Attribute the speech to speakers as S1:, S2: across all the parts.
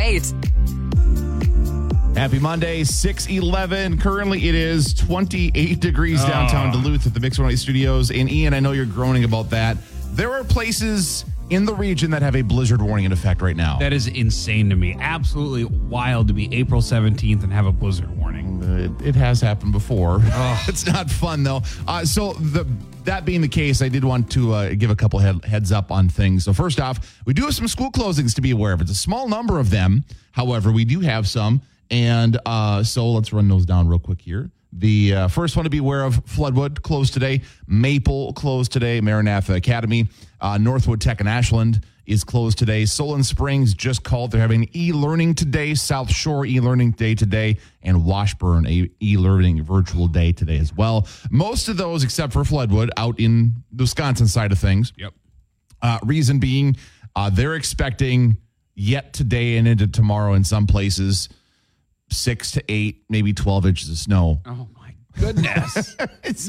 S1: States.
S2: Happy Monday, 611. Currently, it is 28 degrees downtown Duluth at the Mix 108 Studios. And Ian, I know you're groaning about that. There are places in the region that have a blizzard warning in effect right now.
S3: That is insane to me. Absolutely wild to be April 17th and have a blizzard warning.
S2: it, it has happened before. it's not fun though. Uh, so the that being the case, I did want to uh, give a couple head, heads up on things. So first off, we do have some school closings to be aware of. It's a small number of them, however, we do have some, and uh, so let's run those down real quick here. The uh, first one to be aware of: Floodwood closed today, Maple closed today, Maranatha Academy, uh, Northwood Tech and Ashland is closed today. Solon Springs just called. They're having e-learning today, South Shore e-learning day today, and Washburn a e-learning virtual day today as well. Most of those, except for Floodwood, out in the Wisconsin side of things.
S3: Yep.
S2: Uh, reason being, uh, they're expecting yet today and into tomorrow in some places six to eight, maybe twelve inches of snow.
S3: Oh my goodness.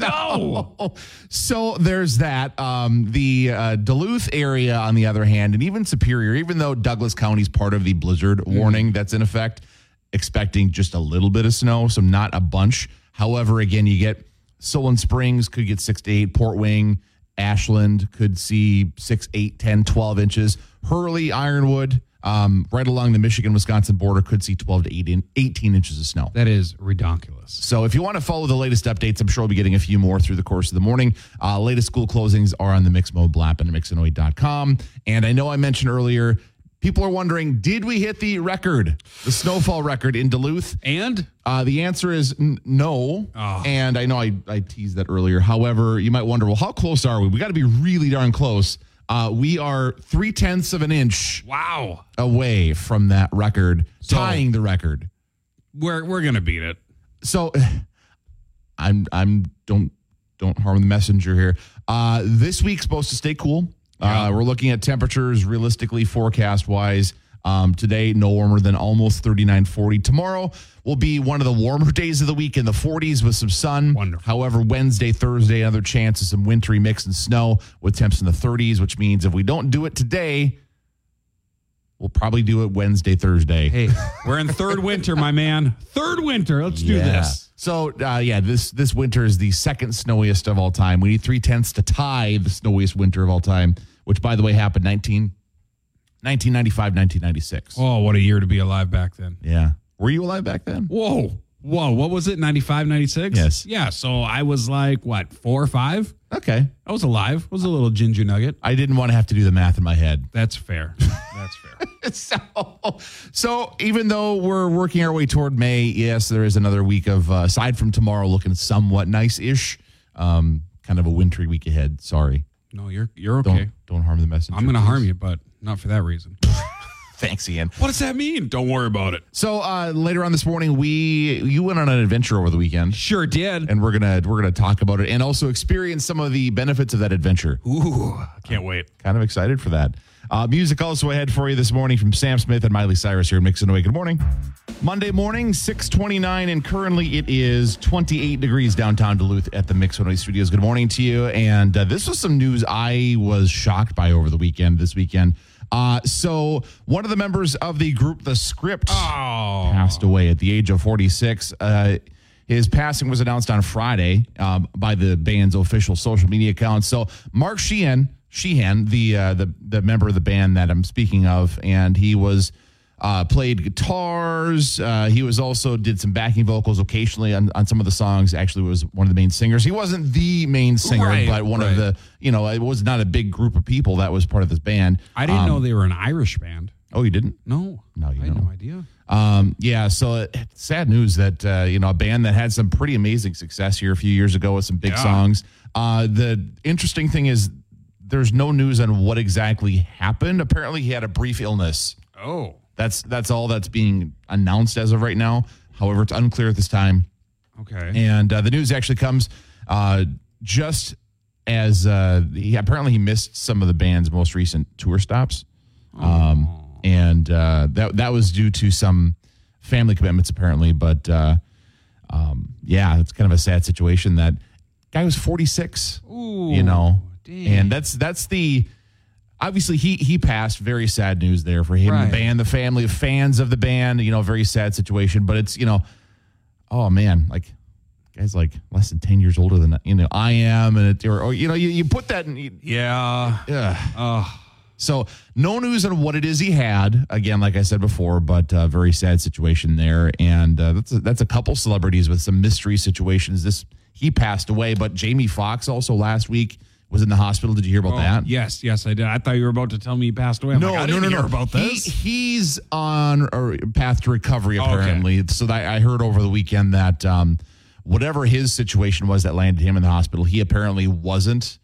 S3: no.
S2: So there's that. Um, the uh, Duluth area, on the other hand, and even Superior, even though Douglas County's part of the blizzard warning that's in effect, expecting just a little bit of snow, so not a bunch. However, again, you get Solon Springs could get six to eight, Port Wing, Ashland could see six, eight, 10, 12 inches. Hurley, Ironwood, um, right along the Michigan Wisconsin border could see 12 to 18, 18 inches of snow.
S3: That is redonkulous.
S2: So if you want to follow the latest updates, I'm sure we'll be getting a few more through the course of the morning. Uh, latest school closings are on the Mix Mode app and mixanoid.com. And I know I mentioned earlier, people are wondering, did we hit the record, the snowfall record in Duluth?
S3: And
S2: Uh, the answer is n- no. And I know I, I teased that earlier. However, you might wonder, well, how close are we? We got to be really darn close. Uh, we are three tenths of an inch
S3: wow.
S2: away from that record, tying the record.
S3: We're we're gonna beat it.
S2: so I'm I'm don't don't harm the messenger here. Uh, this week's supposed to stay cool. Uh, we're looking at temperatures realistically forecast wise. Um, today, no warmer than almost 39, 40. Tomorrow will be one of the warmer days of the week in the 40s with some sun.
S3: Wonderful.
S2: However, Wednesday, Thursday, another chance of some wintry mix and snow with temps in the 30s, which means if we don't do it today, we'll probably do it Wednesday, Thursday.
S3: Hey, we're in third winter, my man. Third winter. Let's do
S2: Yeah.
S3: this.
S2: So uh, yeah, this this winter is the second snowiest of all time. We need three tenths to tie the snowiest winter of all time, which by the way happened 19, 1995, 1996.
S3: Oh, what a year to be alive back then.
S2: Yeah. Were you alive back then?
S3: Whoa. Whoa. What was it? 95, 96?
S2: Yes.
S3: Yeah. So I was like, what, four or five?
S2: Okay.
S3: I was alive. I was a little ginger nugget.
S2: I didn't want to have to do the math in my head.
S3: That's fair. That's fair.
S2: so, so even though we're working our way toward May, yes, there is another week of uh, aside from tomorrow looking somewhat nice-ish. Um, kind of a wintry week ahead. Sorry.
S3: No, you're you're
S2: Don't
S3: okay.
S2: don't harm the messenger.
S3: I'm gonna harm you, but not for that reason.
S2: Thanks, Ian.
S3: what does that mean? Don't worry about it.
S2: So uh, later on this morning, we you went on an adventure over the weekend,
S3: Sure did.
S2: and we're gonna we're gonna talk about it and also experience some of the benefits of that adventure.
S3: Ooh, can't wait.
S2: Kind of excited for that. Uh, music also ahead for you this morning from Sam Smith and Miley Cyrus here at Mix and Away. Good morning, Monday morning, six twenty nine, and currently it is twenty eight degrees downtown Duluth at the Mix and Away Studios. Good morning to you. And uh, this was some news I was shocked by over the weekend. This weekend, uh, so one of the members of the group, The Script
S3: Oh,
S2: passed away at the age of 46. Uh, his passing was announced on Friday um, by the band's official social media account. So Mark Sheehan, Sheehan, the uh, the the member of the band that I'm speaking of, and he was uh, played guitars. Uh, he was also did some backing vocals occasionally on, on some of the songs. Actually, was one of the main singers. He wasn't the main singer,
S3: Right,
S2: but one of
S3: right.
S2: the you know it was not a big group of people that was part of this band.
S3: I didn't know they were an Irish band.
S2: Oh, you didn't?
S3: No,
S2: Um, No, you
S3: I had
S2: don't.
S3: no idea.
S2: Um, yeah, so it, it's sad news that uh, you know a band that had some pretty amazing success here a few years ago with some big
S3: Yeah.
S2: songs. Uh, the interesting thing is there's no news on what exactly happened. Apparently, he had a brief illness.
S3: Oh,
S2: That's that's all that's being announced as of right now. However, it's unclear at this time.
S3: okay.
S2: And uh, the news actually comes uh, just as uh, he apparently he missed some of the band's most recent tour stops, um, and uh, that that was due to some family commitments apparently. But uh, um, yeah, it's kind of a sad situation. That guy was forty six,
S3: Ooh,
S2: you know,
S3: dang.
S2: and that's that's the obviously he he passed. Very sad news there for him,
S3: Right.
S2: the band, the family, the fans of the band. You know, very sad situation. But it's you know, oh man, like guys like less than ten years older than you know I am, and it, or, or you know you, you put that in. you-
S3: Yeah.
S2: ugh. So no news on what it is he had. Again, like I said before, but uh, very sad situation there, and uh, that's a, that's a couple celebrities with some mystery situations. This he passed away, but Jamie Foxx also last week was in the hospital. Did you hear about that?
S3: Yes, yes, I did. I thought you were about to tell me he passed away. I'm
S2: No,
S3: like, I
S2: no,
S3: didn't
S2: no,
S3: hear
S2: no.
S3: about
S2: He-
S3: this.
S2: he's on a path to recovery,
S3: okay.
S2: apparently. So that I heard over the weekend that um, whatever his situation was that landed him in the hospital, he apparently wasn't.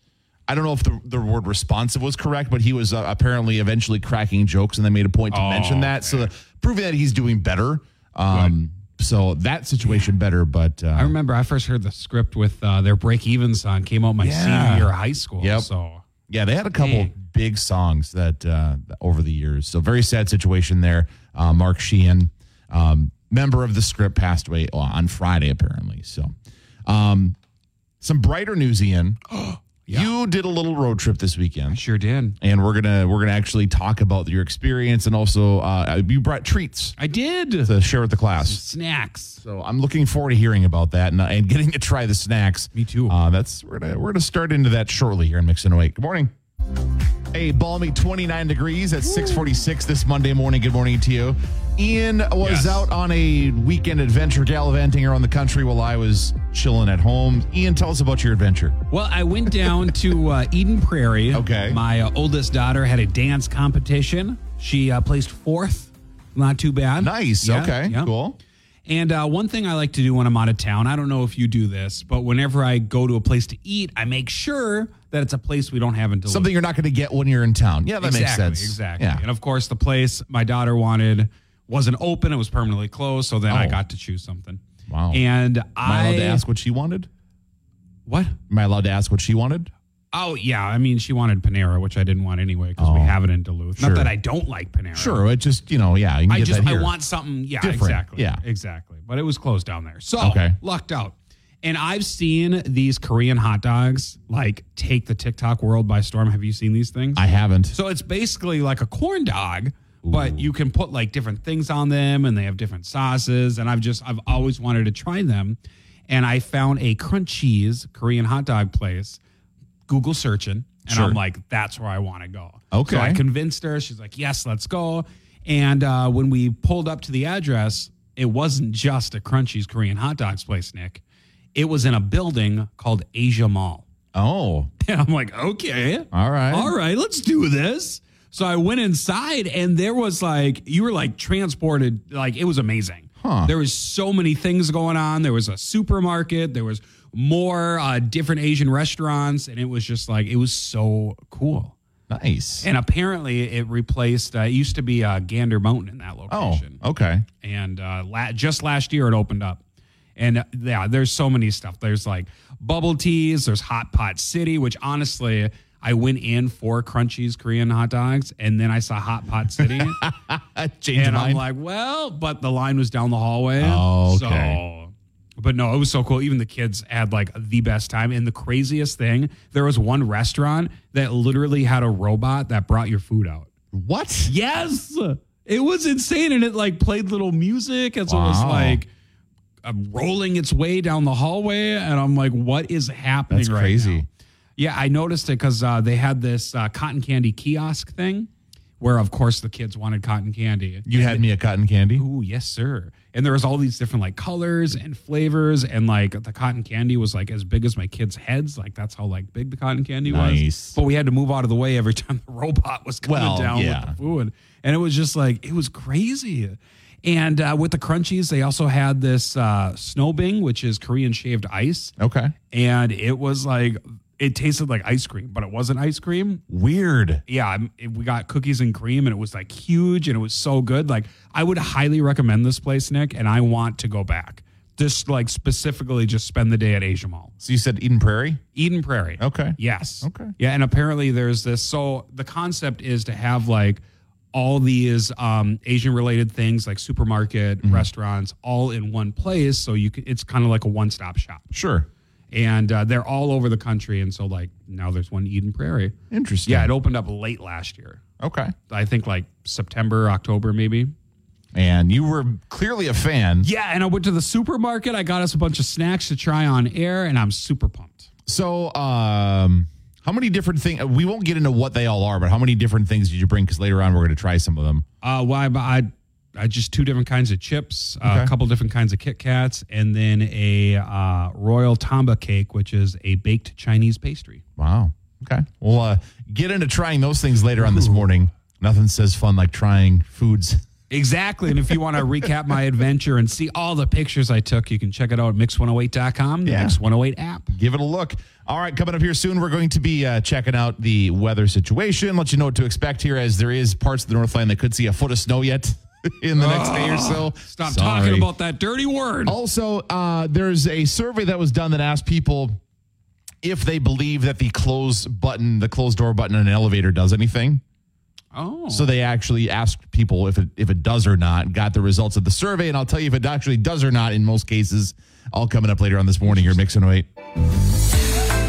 S2: I don't know if the, the word responsive was correct, but he was uh, apparently eventually cracking jokes, and they made a point to mention
S3: Oh,
S2: that, so that, proving that he's doing better. Um, So that situation better, but
S3: I
S2: uh,
S3: remember I first heard the script with uh, their break even song came out my senior year of high school.
S2: Yep.
S3: So
S2: yeah, they had a couple
S3: Dang.
S2: big songs that uh, over the years. So very sad situation there. Uh, Mark Sheehan, um, member of the script, passed away on Friday apparently. So, um, some brighter news, Ian. You did a little road trip this weekend,
S3: sure did.
S2: and we're gonna we're gonna actually talk about your experience and also uh, you brought treats
S3: I did.
S2: to share with the class.
S3: Snacks.
S2: So I'm looking forward to hearing about that and, and getting to try the snacks.
S3: Me too.
S2: Uh, that's we're gonna we're gonna start into that shortly here in Mix and Awake. Good morning. A balmy 29 degrees at 6:46 this Monday morning. Good morning to you. Ian was
S3: Yes.
S2: out on a weekend adventure gallivanting around the country while I was chilling at home. Ian, tell us about your adventure.
S3: Well, I went down to uh, Eden Prairie.
S2: Okay.
S3: My uh, oldest daughter had a dance competition. She uh, placed fourth. Not too bad.
S2: Nice.
S3: Yeah,
S2: okay.
S3: yeah.
S2: Cool.
S3: And uh, one thing I like to do when I'm out of town, I don't know if you do this, but whenever I go to a place to eat, I make sure that it's a place we don't have in Duluth.
S2: Something you're not going to get when you're in town. Yeah, that
S3: exactly,
S2: makes sense.
S3: Exactly.
S2: Yeah.
S3: And of course, the place my daughter wanted wasn't open; it was permanently closed. So then I
S2: Oh.
S3: got to choose something.
S2: Wow.
S3: And
S2: Am I
S3: I
S2: allowed to ask what she wanted?
S3: what?
S2: Am I allowed to ask what she wanted?
S3: Oh yeah, I mean she wanted Panera, which I didn't want anyway because we have it in Duluth.
S2: Oh. Sure.
S3: Not that I don't like Panera.
S2: Sure. It just you know yeah. You can
S3: I
S2: get
S3: just
S2: that
S3: I
S2: here.
S3: want something. Yeah,
S2: Different.
S3: exactly.
S2: Yeah.
S3: exactly. But it was closed down there, so
S2: Okay.
S3: lucked out. And I've seen these Korean hot dogs like take the TikTok world by storm. Have you seen these things?
S2: I haven't.
S3: So it's basically like a corn dog, but you can put like different things on them and they have different sauces. And I've just, I've always wanted to try them. And I found a crunchies Korean hot dog place, Google searching. And
S2: Sure.
S3: I'm like, that's where I want to go.
S2: Okay.
S3: So I convinced her. She's like, yes, let's go. And uh, when we pulled up to the address, it wasn't just a Crunchies Korean hot dogs place, Nick. It was in a building called Asia Mall.
S2: Oh,
S3: And I'm like, okay.
S2: all right.
S3: All right, let's do this. So I went inside and there was like you were like transported like it was amazing.
S2: Huh.
S3: There was so many things going on. There was a supermarket, there was more uh, different Asian restaurants and it was just like it was so cool.
S2: Nice.
S3: And apparently it replaced uh, it used to be uh, Gander Mountain in that
S2: Oh,
S3: location.
S2: okay.
S3: And uh, la- just last year it opened up. And uh, yeah, there's so many stuff. There's like bubble teas, there's Hot Pot City, which honestly, I went in for Crunchies Korean hot dogs, and then I saw Hot Pot City.
S2: Change
S3: and I'm like, well, but the line was down the hallway.
S2: Oh, okay.
S3: So. But no, it was so cool. Even the kids had like the best time. And the craziest thing, there was one restaurant that literally had a robot that brought your food out.
S2: what?
S3: Yes. It was insane. And it like played little music as it was
S2: Wow.
S3: like uh, rolling its way down the hallway. And I'm like, what is happening
S2: That's
S3: right
S2: crazy.
S3: now? Yeah, I noticed it because uh, they had this uh, cotton candy kiosk thing where, of course, the kids wanted cotton candy.
S2: You had me a cotton candy.
S3: Ooh, yes, sir. And there was all these different like colors and flavors, and like the cotton candy was like as big as my kids' heads. Like that's how like big the cotton candy
S2: Nice.
S3: was. But we had to move out of the way every time the robot was coming
S2: Well,
S3: down
S2: yeah.
S3: with the food, and it was just like it was crazy. And uh, with the crunchies, they also had this uh, snow bing, which is Korean shaved ice,
S2: Okay.
S3: and it was like it tasted like ice cream, but it wasn't ice cream
S2: Weird.
S3: yeah, I'm- it- we got cookies and cream, and it was like huge, and it was so good. Like, I would highly recommend this place, Nick, and I want to go back. Just like specifically, just spend the day at Asia Mall,
S2: So you said Eden Prairie?
S3: Eden Prairie.
S2: Okay.
S3: Yes.
S2: Okay.
S3: Yeah, and apparently there's this. So the concept is to have like all these um, Asian related things, like
S2: Mm-hmm.
S3: supermarket, restaurants, all in one place. So you can, it's kind of like a one stop shop
S2: Sure.
S3: and uh, they're all over the country. And so like now there's one in Eden Prairie.
S2: Interesting.
S3: Yeah, it opened up late last year.
S2: Okay.
S3: I think like September, October, maybe.
S2: And you were clearly a fan.
S3: Yeah, and I went to the supermarket. I got us a bunch of snacks to try on air, and I'm super pumped.
S2: So, um, how many different things? We won't get into what they all are, but how many different things did you bring? Because later on, we're going to try some of them.
S3: Uh, why? Well, I, I just two different kinds of chips, uh,
S2: Okay.
S3: a couple different kinds of Kit Kats, and then a uh, royal tamba cake, which is a baked Chinese pastry.
S2: Wow. Okay. We'll uh, get into trying those things later on this morning. Nothing says fun like trying foods.
S3: Exactly. And if you want to recap my adventure and see all the pictures I took, you can check it out at mix108.com, the
S2: Yeah.
S3: Mix108 app.
S2: Give it a look. All right, coming up here soon, we're going to be uh, checking out the weather situation, let you know what to expect here, as there is parts of the Northland that could see a foot of snow yet in the next day or so.
S3: Oh, Stop
S2: Sorry.
S3: talking about that dirty word.
S2: Also, uh, there's a survey that was done that asked people if they believe that the close button, the closed door button in an elevator does anything.
S3: Oh.
S2: So they actually asked people if it if it does or not. Got the results of the survey, and I'll tell you if it actually does or not in most cases. All coming up later on this morning. You're mixing Oh eight.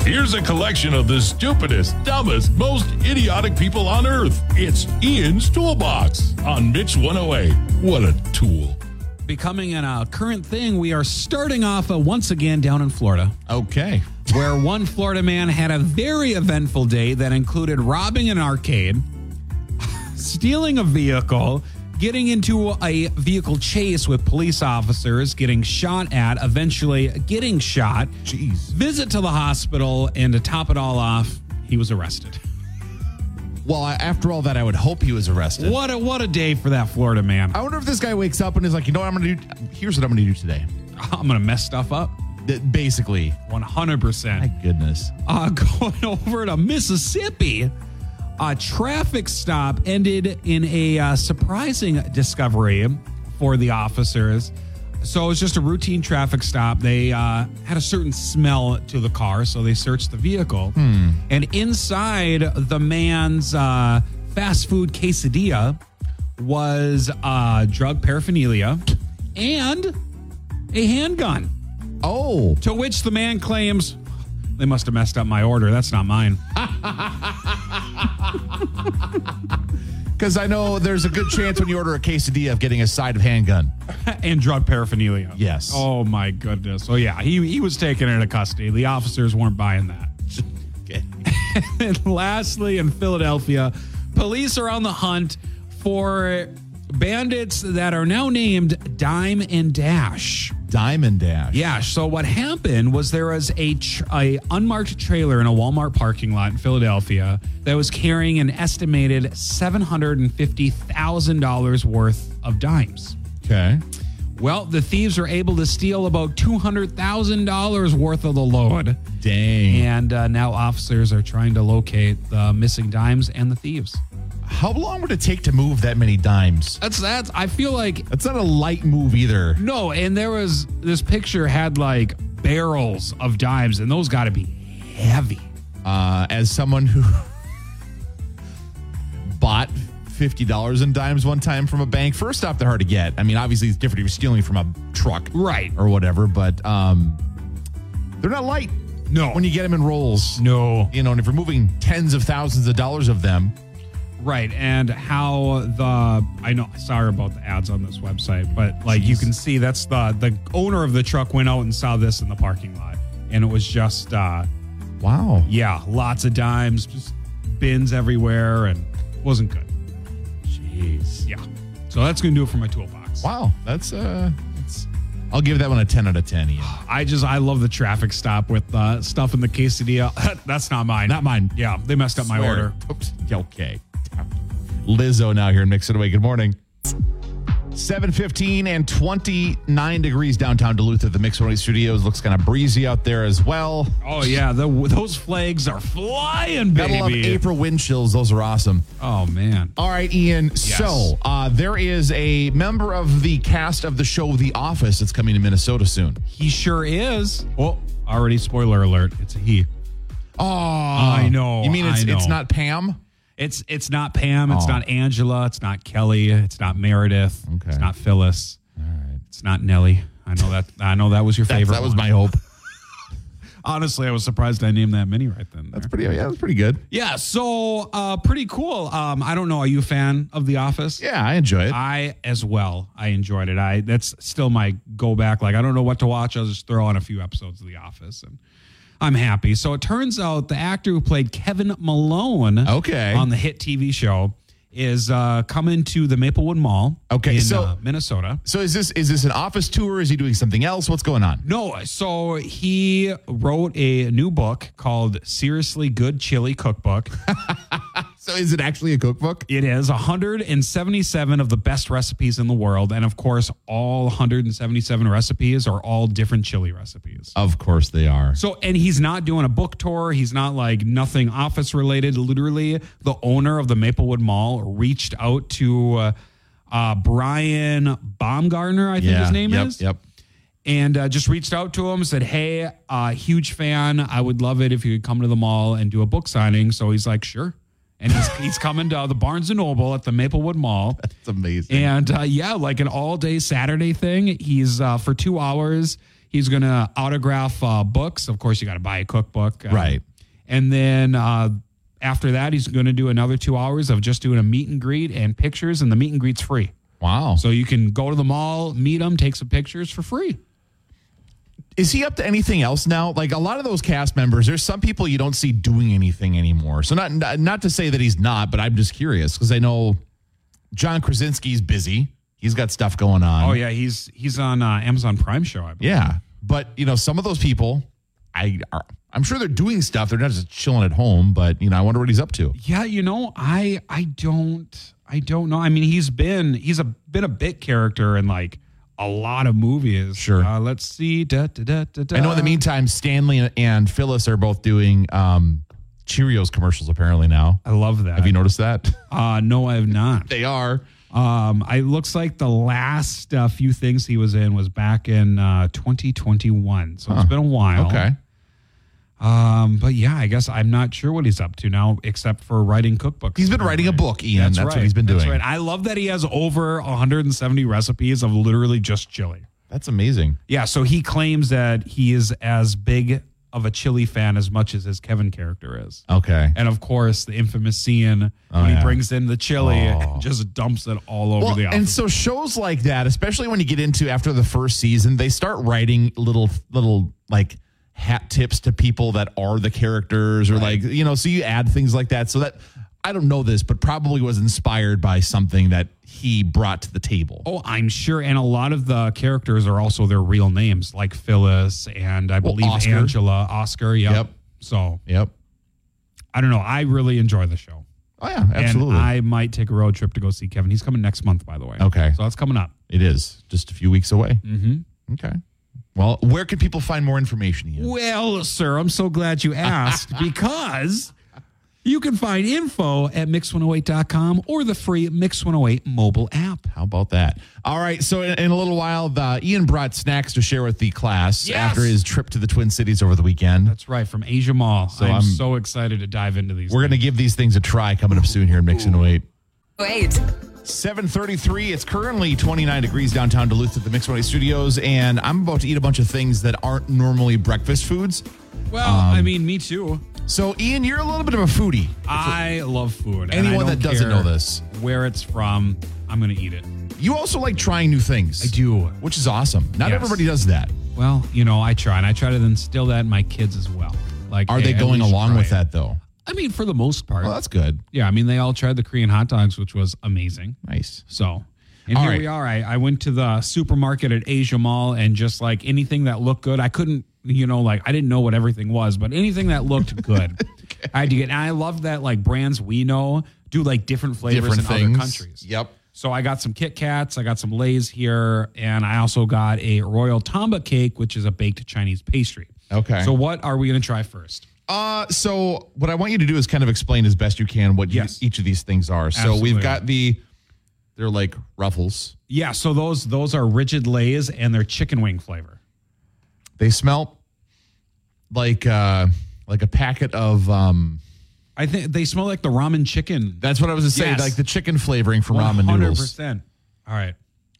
S1: Here's a collection of the stupidest, dumbest, most idiotic people on earth. It's Ian's Toolbox on Mitch 108. What a tool.
S3: Becoming a uh, current thing, we are starting off uh, once again down in Florida.
S2: Okay.
S3: where one Florida man had a very eventful day that included robbing an arcade, stealing a vehicle, getting into a vehicle chase with police officers, getting shot at, eventually getting shot,
S2: Jeez.
S3: visit to the hospital, and to top it all off, he was arrested.
S2: Well, I- after all that, I would hope he was arrested.
S3: What a what a day for that Florida man.
S2: I wonder if this guy wakes up and is like, you know what I'm going to do? Here's what I'm going to do today.
S3: I'm gonna mess stuff up.
S2: That basically,
S3: 100%.
S2: my goodness.
S3: uh, going over to Mississippi. A traffic stop ended in a uh, surprising discovery for the officers. So it was just a routine traffic stop. They uh, had a certain smell to the car, so they searched the vehicle. And inside the man's uh, fast food quesadilla was uh, drug paraphernalia and a handgun.
S2: Oh,
S3: To which the man claims, they must have messed up my order. That's not mine.
S2: because I know there's a good chance when you order a quesadilla of getting a side of handgun.
S3: and drug paraphernalia.
S2: Yes.
S3: Oh, my goodness. So, yeah, he, he was taken into custody. The officers weren't buying that.
S2: Okay.
S3: and lastly, in Philadelphia, police are on the hunt for bandits that are now named Dime and Dash.
S2: Diamond Dash.
S3: Yeah. So what happened was there was a, tr- a unmarked trailer in a Walmart parking lot in Philadelphia that was carrying an estimated seven hundred and fifty thousand dollars worth of dimes.
S2: Okay.
S3: Well, the thieves were able to steal about two hundred thousand dollars worth of the load,
S2: Dang.
S3: and uh, now officers are trying to locate the missing dimes and the thieves.
S2: How long would it take to move that many dimes?
S3: That's that's. I feel like
S2: That's not a light move either.
S3: no, and there was this picture had like barrels of dimes, and those got to be heavy.
S2: Uh, as someone who bought fifty dollars in dimes one time from a bank, first off, they're hard to get. I mean, obviously, it's different if you're stealing from a truck,
S3: Right.
S2: or whatever. But um, they're not light.
S3: No.
S2: when you get them in rolls,
S3: No.
S2: You know, and if you're moving tens of thousands of dollars of them,
S3: Right. And how the I know sorry about the ads on this website, but like you can see that's the the owner of the truck went out and saw this in the parking lot. And it was just uh
S2: wow.
S3: yeah, lots of dimes, just bins everywhere and wasn't good.
S2: Jeez.
S3: Yeah. So that's gonna do it for my toolbox.
S2: Wow, that's uh, that's, I'll give that one a ten out of ten. Ian.
S3: I just I love the traffic stop with uh stuff in the quesadilla. that's not mine.
S2: Not mine.
S3: yeah, they messed up my
S2: Swear.
S3: order.
S2: Oops. Okay. Lizzo now here in Mix It Away. Good morning. 715 and 29 degrees downtown Duluth at the Mix Away Studios. Looks kind of breezy out there as well.
S3: Oh yeah, the, those flags are flying,
S2: Gotta love
S3: baby.
S2: April wind chills. Those are awesome.
S3: Oh man.
S2: All right, Ian. So uh, there is a member of the cast of the show The Office that's coming to Minnesota soon.
S3: He sure is. Oh, already spoiler alert. It's a he.
S2: Oh,
S3: I know,
S2: You mean it's
S3: I know.
S2: it's not Pam?
S3: It's it's not Pam. It's
S2: Oh.
S3: not Angela. It's not Kelly. It's not Meredith.
S2: Okay.
S3: It's not Phyllis. All right. It's not Nellie. I know that. I know that was your
S2: That,
S3: favorite.
S2: that was
S3: one.
S2: my hope.
S3: Honestly, I was surprised I named that many right then. and
S2: That's
S3: there.
S2: pretty. Yeah, that's pretty good.
S3: yeah, so uh, pretty cool. Um, I don't know. Are you a fan of The Office?
S2: Yeah, I enjoy it.
S3: I as well. I enjoyed it. I that's still my go back. Like I don't know what to watch. I'll just throw on a few episodes of The Office, and I'm happy. So it turns out the actor who played Kevin Malone,
S2: Okay.
S3: on the hit TV show, is uh, coming to the Maplewood Mall,
S2: Okay,
S3: in,
S2: so-
S3: uh, Minnesota.
S2: So is this is this an office tour? Is he doing something else? What's going on?
S3: No, so he wrote a new book called Seriously Good Chili Cookbook.
S2: So is it actually a cookbook?
S3: It is 177 of the best recipes in the world. And of course, all 177 recipes are all different chili recipes.
S2: Of course they are.
S3: So, and he's not doing a book tour. He's not like nothing office related. Literally, the owner of the Maplewood Mall reached out to uh, uh, Brian Baumgartner, I think his name
S2: yep,
S3: is
S2: Yep.
S3: and uh, just reached out to him, said, "Hey, uh, huge fan. I would love it if you could come to the mall and do a book signing." So he's like, "Sure," and he's, he's coming to the Barnes and Noble at the Maplewood Mall,
S2: It's amazing.
S3: and uh, yeah, like an all day Saturday thing. He's uh, for two hours. He's gonna autograph uh, books. Of course, you got to buy a cookbook, uh,
S2: Right.
S3: And then uh, after that, he's gonna do another two hours of just doing a meet and greet and pictures, and the meet and greet's free.
S2: wow. So
S3: So you can go to the mall, meet him, take some pictures for free.
S2: is he up to anything else now? Like a lot of those cast members, there's some people you don't see doing anything anymore. So not not, not to say that he's not, but I'm just curious because I know John Krasinski's busy. He's got stuff going on.
S3: Oh yeah, he's he's on uh, Amazon Prime show. I believe.
S2: Yeah, but you know, some of those people, I are, I'm sure they're doing stuff. They're not just chilling at home. But you know, I wonder what he's up to.
S3: Yeah, you know, I I don't I don't know. I mean, he's been he's a been a bit character in like a lot of movies.
S2: Sure.
S3: Uh, let's see. Da, da, da, da, da.
S2: I know. In the meantime, Stanley and- and Phyllis are both doing um, Cheerios commercials apparently now.
S3: I love that.
S2: Have you noticed that?
S3: uh, no, I have not.
S2: they are.
S3: Um, I looks like the last uh, few things he was in was back in uh, 2021, so it's been a while.
S2: Okay.
S3: Um, but yeah, I guess I'm not sure what he's up to now, except for writing cookbooks.
S2: He's been writing a book, Ian. That's, what he's been doing.
S3: That's
S2: That's,
S3: right. I love that he has over 170 recipes of literally just chili.
S2: amazing.
S3: Yeah, so he claims that he is as big of a chili fan as much as his Kevin character is.
S2: Okay.
S3: And of course, the infamous scene when
S2: yeah.
S3: he brings in the chili
S2: Oh.
S3: and just dumps it all over
S2: Well,
S3: the
S2: and
S3: office.
S2: so shows like that, especially when you get into after the first season, they start writing little little like hat tips to people that are the characters or like you know, so you add things like that. So that I don't know this, but probably was inspired by something that he brought to the table.
S3: Oh, I'm sure. And a lot of the characters are also their real names, like Phyllis and I believe
S2: Oscar.
S3: Angela, Oscar. Yep.
S2: Yep.
S3: So
S2: Yep.
S3: I don't know. I really enjoy the show.
S2: Oh yeah, absolutely.
S3: And I might take a road trip to go see Kevin. He's coming next month, by the way.
S2: Okay.
S3: So that's coming up.
S2: it is just a few weeks away. Mm-hmm. Okay. Well, where can people find more information? Ian?
S3: Well, sir, I'm so glad you asked because you can find info at mix108.com or the free Mix 108 mobile app.
S2: How about that? All right. So in, in a little while, the, Ian brought snacks to share with the class
S3: Yes.
S2: after his trip to the Twin Cities over the weekend.
S3: That's right, from Asia Mall. So I'm,
S2: I'm-
S3: so excited to dive into these.
S2: We're going to give these things a try coming up soon here in Mix and Wait.
S4: Wait.
S2: 733. It's currently 29 degrees downtown Duluth at the Mix 108 Studios, and I'm about to eat a bunch of things that aren't normally breakfast foods.
S3: things. Well, I mean, me too.
S2: So, Ian, you're a little bit of um, a foodie.
S3: I love food. and I
S2: Anyone
S3: don't
S2: that doesn't
S3: care
S2: know this.
S3: where it's from, I'm going to eat it.
S2: You also like trying new things. I
S3: do.
S2: Which is awesome. Not
S3: Yes.
S2: everybody does that.
S3: Well, you know, I try, and I try to instill that in my kids as well. Like,
S2: Are
S3: hey,
S2: they
S3: at
S2: going
S3: least
S2: along
S3: try
S2: with
S3: it.
S2: that, though?
S3: I mean, for the most part.
S2: Well, that's good.
S3: yeah, I mean, they all tried the Korean hot dogs, which was amazing.
S2: Nice.
S3: So, and
S2: All
S3: here
S2: right.
S3: we are. I, I went to the supermarket at Asia Mall and just like anything that looked good, I couldn't, you know, like I didn't know what everything was, but anything that looked good, I had to get. And I love that like brands we know do like different flavors
S2: Different
S3: in
S2: things.
S3: other countries.
S2: Yep.
S3: So I got some Kit Kats, I got some Lay's here, and I also got a Royal Tamba cake, which is a baked Chinese pastry.
S2: Okay.
S3: So what are we going to try first?
S2: Uh, so what I want you to do is kind of explain as best you can what you-
S3: Yes.
S2: each of these things are. So
S3: Absolutely.
S2: we've got the, they're like ruffles.
S3: Yeah, so those those are rigid Lay's and they're chicken wing flavor.
S2: They smell like uh like a packet of um.
S3: I think they smell like the ramen chicken
S2: That's what I was saying,
S3: Yes.
S2: like the chicken flavoring from ramen noodles.
S3: 100%. All right.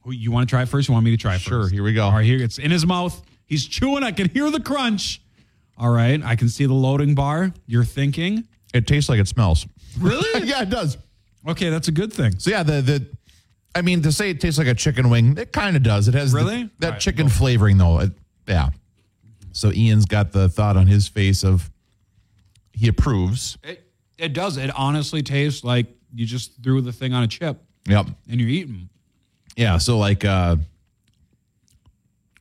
S3: Who- You want to try it first? You want me to try it
S2: Sure,
S3: first?
S2: here we go.
S3: All right, here it's in his mouth. He's chewing. I can hear the crunch. All right. I can see the loading bar. You're thinking.
S2: It tastes like it smells.
S3: Really?
S2: yeah, it does.
S3: Okay, that's a good thing.
S2: So yeah, the the I mean to say it tastes like a chicken wing, it kind of does. It has the-
S3: Really?
S2: that
S3: Alright,
S2: chicken flavoring though. It- yeah. So Ian's got the thought on his face of he approves.
S3: It, it does. It honestly tastes like you just threw the thing on a chip
S2: Yep.
S3: and you're eating.
S2: Yeah. So like, uh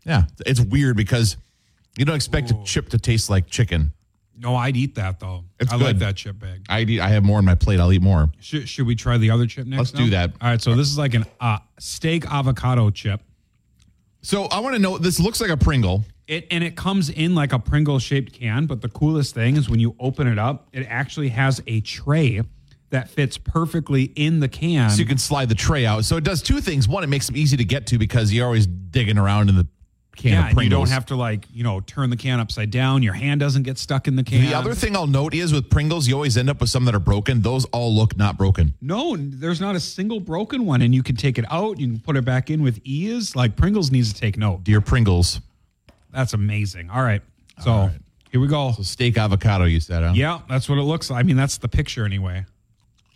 S2: yeah, it's weird because you don't expect a chip to taste like chicken.
S3: No, I'd eat that though.
S2: It's
S3: I
S2: good.
S3: like that chip bag.
S2: I eat, I have more on my plate. I'll eat more.
S3: Should, should we try the other chip next?
S2: Let's do
S3: now?
S2: that.
S3: All right. So this is like an uh, steak avocado chip.
S2: So I want to know. This looks like a Pringle.
S3: It and it comes in like a Pringle shaped can, but the coolest thing is when you open it up, it actually has a tray that fits perfectly in the can.
S2: So you can slide the tray out. So it does two things. One, it makes them easy to get to because you're always digging around in the can
S3: yeah,
S2: of
S3: and you
S2: Pringles.
S3: don't have to like you know turn the can upside down. Your hand doesn't get stuck in the can.
S2: The other thing I'll note is with Pringles, you always end up with some that are broken. Those all look not broken.
S3: no, there's not a single broken one, and you can take it out. You can put it back in with ease. Like Pringles needs to take note.
S2: Dear Pringles,
S3: That's amazing. All right, so here we go.
S2: steak avocado, you said, huh?
S3: Yeah, that's what it looks like. I mean, that's the picture anyway.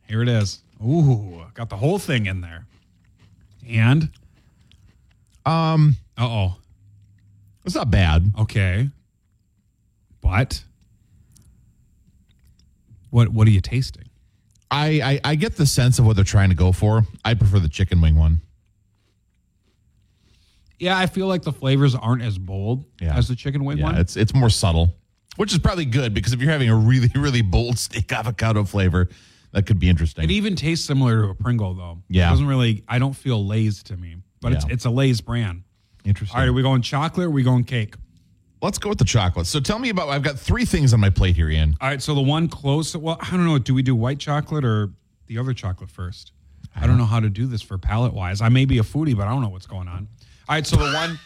S3: Here it is. Ooh, got the whole thing in there. And um
S2: Um,
S3: uh-oh.
S2: It's not bad.
S3: Okay. But what what are you tasting?
S2: I, I, I get the sense of what they're trying to go for. I prefer the chicken wing one.
S3: Yeah, I feel like the flavors aren't as bold
S2: Yeah.
S3: as the chicken wing
S2: Yeah,
S3: one.
S2: it's it's more subtle, which is probably good because if you're having a really, really bold steak avocado flavor, that could be interesting.
S3: It even tastes similar to a Pringle though.
S2: Yeah.
S3: It doesn't really I don't feel Lay's to me, but it's
S2: Yeah.
S3: it's a Lay's brand.
S2: interesting.
S3: All right, are we going chocolate or are we going cake?
S2: Let's go with the chocolate. So tell me about. I've got three things on my plate here, Ian.
S3: All right, so the one close. Well, I don't know. Do we do white chocolate or the other chocolate first? I don't know how to do this for palate wise. I may be a foodie, but I don't know what's going on. All right, so the one,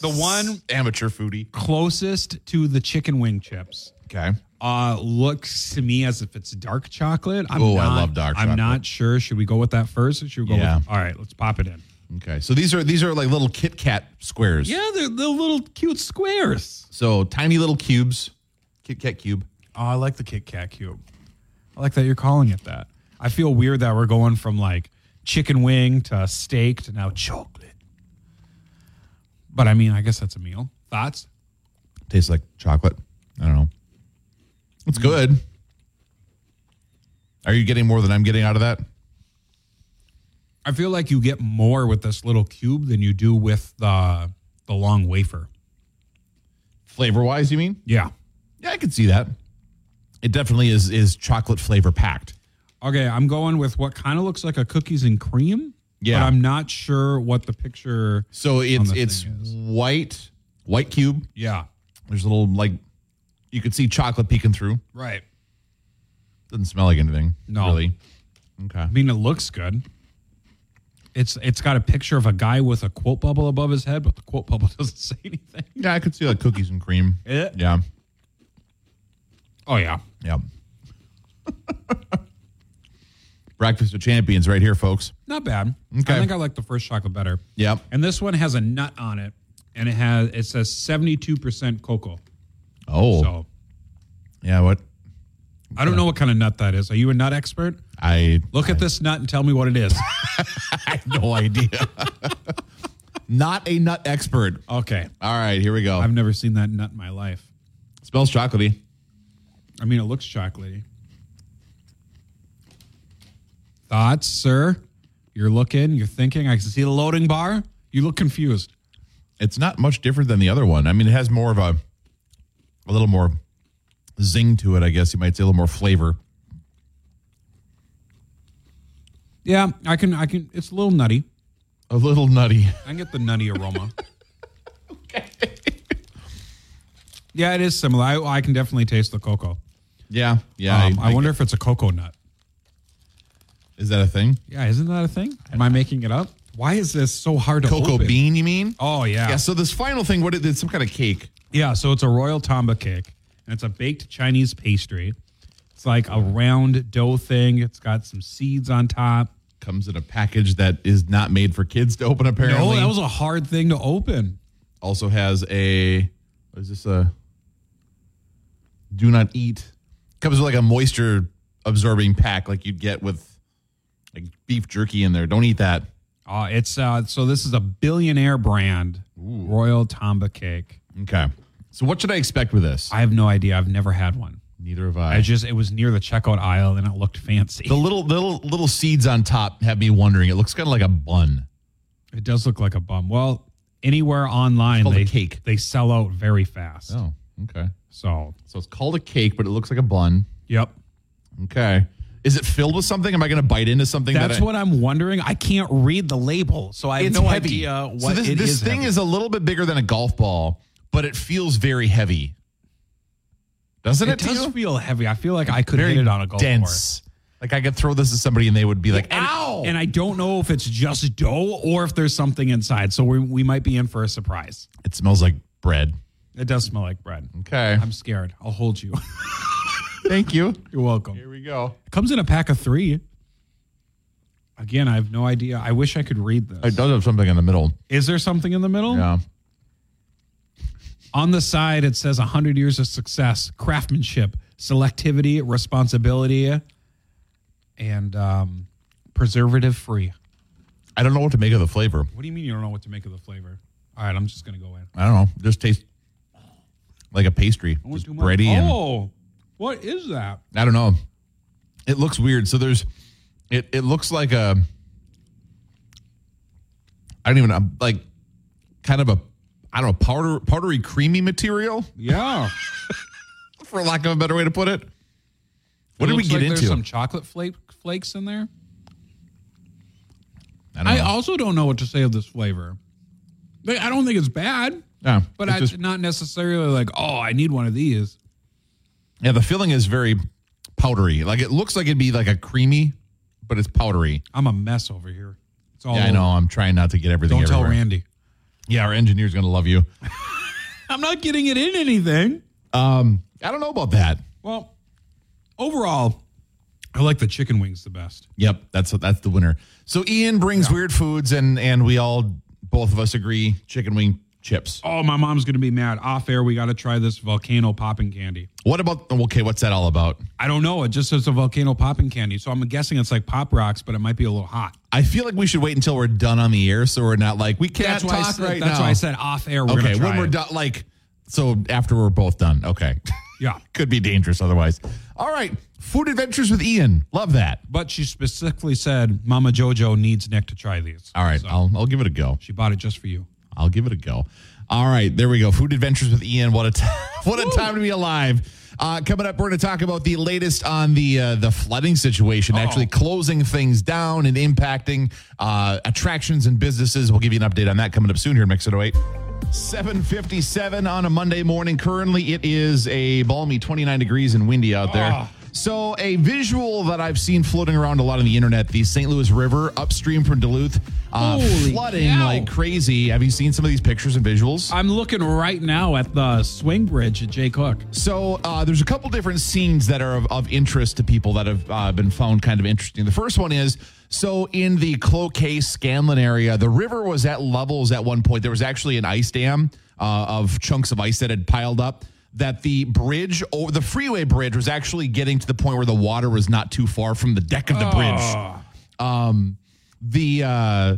S3: the one
S2: Amateur foodie.
S3: closest to the chicken wing chips
S2: Okay.
S3: uh, looks to me as if it's dark chocolate. I'm
S2: Ooh, I
S3: not-
S2: love dark
S3: I'm
S2: chocolate.
S3: not sure. Should we go with that first, or should we go?
S2: Yeah.
S3: With, all right, let's pop it in.
S2: Okay. So these are these are like little Kit Kat squares.
S3: Yeah, they're, they're little cute squares.
S2: So tiny little cubes. Kit Kat cube.
S3: Oh, I like the Kit Kat cube. I like that you're calling it that. I feel weird that we're going from like chicken wing to steak to now chocolate. But I mean, I guess that's a meal. Thoughts?
S2: Tastes like chocolate. I don't know.
S3: Mm.
S2: It's good. Are you getting more than I'm getting out of that?
S3: I feel like you get more with this little cube than you do with the the long wafer.
S2: Flavor wise, you mean?
S3: Yeah.
S2: Yeah, I can see that. It definitely is is chocolate flavor packed.
S3: Okay, I'm going with what kind of looks like a cookies and cream.
S2: Yeah.
S3: But I'm not sure what the picture.
S2: So it's
S3: the thing
S2: it's
S3: is.
S2: white white cube.
S3: Yeah.
S2: There's a little like you could see chocolate peeking through.
S3: Right.
S2: Doesn't smell like anything.
S3: No.
S2: Really. Okay.
S3: I mean, it looks good. It's it's got a picture of a guy with a quote bubble above his head, but the quote bubble doesn't say anything.
S2: Yeah, I could see like cookies and cream.
S3: Eh?
S2: Yeah.
S3: Oh yeah,
S2: Yep. Breakfast of Champions right here, folks.
S3: not bad.
S2: Okay.
S3: I think I like the first chocolate better.
S2: Yep.
S3: And this one has a nut on it, and it has it says seventy two percent cocoa.
S2: Oh.
S3: So
S2: Yeah, what?
S3: I don't know what kind of nut that is. Are you a nut expert?
S2: I
S3: Look at this nut and tell me what it is.
S2: I have no idea. Not a nut expert.
S3: okay,
S2: All right, here we go.
S3: I've never seen that nut in my life.
S2: Smells chocolatey.
S3: I mean, it looks chocolatey. Thoughts, sir? You're looking, you're thinking. I can see the loading bar. You look confused.
S2: It's not much different than the other one. I mean, it has more of a a little more zing to it, I guess you might say, a little more flavor.
S3: Yeah, I can, I can, it's a little nutty.
S2: A little nutty.
S3: I can get the nutty aroma. okay. Yeah, it is similar. I, I can definitely taste the cocoa.
S2: Yeah. Yeah.
S3: Um, I,
S2: I-
S3: wonder if it's a cocoa nut.
S2: is that a thing?
S3: Yeah, isn't that a thing? Am I making it up? Why is this so hard to
S2: Cocoa
S3: open?
S2: bean, you mean?
S3: Oh, yeah.
S2: Yeah, so this final thing, what it it's some kind of cake.
S3: Yeah, so it's a royal tamba cake, and it's a baked Chinese pastry. It's like a round dough thing. It's got some seeds on top.
S2: comes in a package that is not made for kids to open apparently
S3: No, that was a hard thing to open.
S2: also has a is this a do not eat. Comes with like a moisture absorbing pack, like you'd get with like beef jerky in there. Don't eat that.
S3: Uh, it's uh, so this is a billionaire brand, Royal Tomba cake.
S2: Okay. So what should I expect with this?
S3: I have no idea. I've never had one.
S2: Neither have
S3: I just it was near the checkout aisle and it looked fancy.
S2: the little little little seeds on top have me wondering. It looks kind of like a bun.
S3: It does look like a bum. Well, anywhere online
S2: called a
S3: they
S2: cake.
S3: they sell out very fast.
S2: Oh, okay.
S3: So,
S2: So it's called a cake, but it looks like a bun.
S3: yep.
S2: Okay. Is it filled with something? Am I going to bite into something?
S3: That's
S2: that I,
S3: what I'm wondering. I can't read the label, so I have
S2: it's
S3: no
S2: heavy.
S3: idea
S2: so
S3: what
S2: this,
S3: it
S2: this
S3: is
S2: thing
S3: heavy.
S2: is a little bit bigger than a golf ball, but it feels very heavy. Doesn't it?
S3: It
S2: to
S3: does
S2: you?
S3: feel heavy. I feel like I could
S2: very
S3: hit it on a golf course.
S2: dense. Like I could throw this at somebody and they would be like,
S3: And,
S2: "Ow!"
S3: and I don't know if it's just dough or if there's something inside. So we we might be in for a surprise.
S2: it smells like bread.
S3: It does smell like bread.
S2: Okay.
S3: I'm scared. I'll hold you.
S2: Thank you.
S3: You're welcome.
S2: Here we go.
S3: comes in a pack of three. Again, I have no idea. I wish I could read this.
S2: It does have something in the middle.
S3: Is there something in the middle?
S2: Yeah.
S3: On the side, it says 100 years of success, craftsmanship, selectivity, responsibility, and um, preservative free.
S2: I don't know what to make of the flavor.
S3: What do you mean you don't know what to make of the flavor? All right, I'm just going to go in.
S2: I don't know. Just tastes like a pastry, just
S3: Too much-
S2: bready, and
S3: Oh, what is that?
S2: I don't know. It looks weird. So there's, it it looks like a, I don't even know, like, kind of a, I don't know, powder powdery creamy material,
S3: Yeah.
S2: for lack of a better way to put it. What did
S3: It
S2: we
S3: looks
S2: get
S3: like
S2: into?
S3: There's some chocolate flake, flakes in there.
S2: I don't
S3: I
S2: know.
S3: also don't know what to say of this flavor. Like, I don't think it's bad,
S2: yeah,
S3: but
S2: it
S3: I
S2: just-
S3: not necessarily like, oh, I need one of these.
S2: yeah, the filling is very powdery. Like it looks like it'd be like a creamy, but it's powdery.
S3: I'm a mess over here. It's all
S2: Yeah, I
S3: over.
S2: know. I'm trying not to get everything.
S3: Oh. Don't tell
S2: everywhere.
S3: Randy.
S2: Yeah, our engineer's gonna love you.
S3: I'm not getting it in anything.
S2: Um, I don't know about that.
S3: Well, overall, I like the chicken wings the best.
S2: Yep, that's that's the winner. So Ian brings weird foods, and and we all both of us agree chicken wing chips.
S3: Oh, my mom's gonna be mad. Off air, we gotta try this volcano popping candy.
S2: What about okay? What's that all about?
S3: I don't know. It just says a volcano popping candy, so I'm guessing it's like pop rocks, but it might be a little hot.
S2: I feel like we should wait until we're done on the air, so we're not like we can't
S3: That's why.
S2: talk
S3: I said,
S2: right
S3: that's
S2: now.
S3: why I said off air. We're
S2: okay,
S3: gonna try
S2: when we're
S3: it.
S2: done, like so after we're both done. Okay,
S3: Yeah.
S2: could be dangerous otherwise. All right, food adventures with Ian. Love that.
S3: But she specifically said Mama Jojo needs Nick to try these.
S2: All right,
S3: So
S2: I'll I'll give it a go.
S3: she bought it just for you.
S2: I'll give it a go. All right, there we go. Food Adventures with Ian. What a t- what a time to be alive. Uh, coming up, we're going to talk about the latest on the uh, the flooding situation, actually closing things down and impacting uh, attractions and businesses. We'll give you an update on that coming up soon here in Mix 808. 757 on a Monday morning. Currently, it is a balmy 29 degrees and windy out there.
S3: Ah.
S2: So, a visual that I've seen floating around a lot on the internet the St. Louis River upstream from Duluth uh,
S3: Holy
S2: flooding
S3: cow.
S2: like crazy. Have you seen some of these pictures and visuals?
S3: I'm looking right now at the swing bridge at Jay Cook.
S2: So uh, there's a couple different scenes that are of, of interest to people that have uh, been found kind of interesting. The first one is so in the Cloquet Scanlon area, the river was at levels at one point. There was actually an ice dam uh, of chunks of ice that had piled up. That the bridge over the freeway bridge was actually getting to the point where the water was not too far from the deck of the bridge. Um, the uh,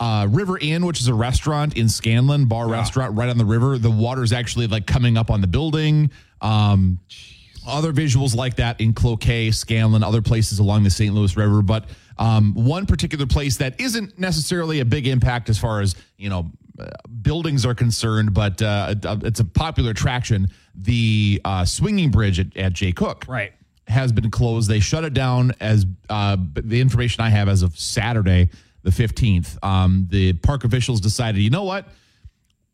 S2: uh, River Inn, which is a restaurant in Scanlon, bar restaurant right on the river. The water's actually like coming up on the building. Um, other visuals like that in Cloquet, Scanlon, other places along the St. Louis River. But um, one particular place that isn't necessarily a big impact as far as you know uh, buildings are concerned, but uh, it's a popular attraction. The uh, swinging bridge at, at Jay Cook,
S3: Right.
S2: has been closed. They shut it down as uh, b- the information I have as of Saturday, the 15th. Um, the park officials decided, you know what?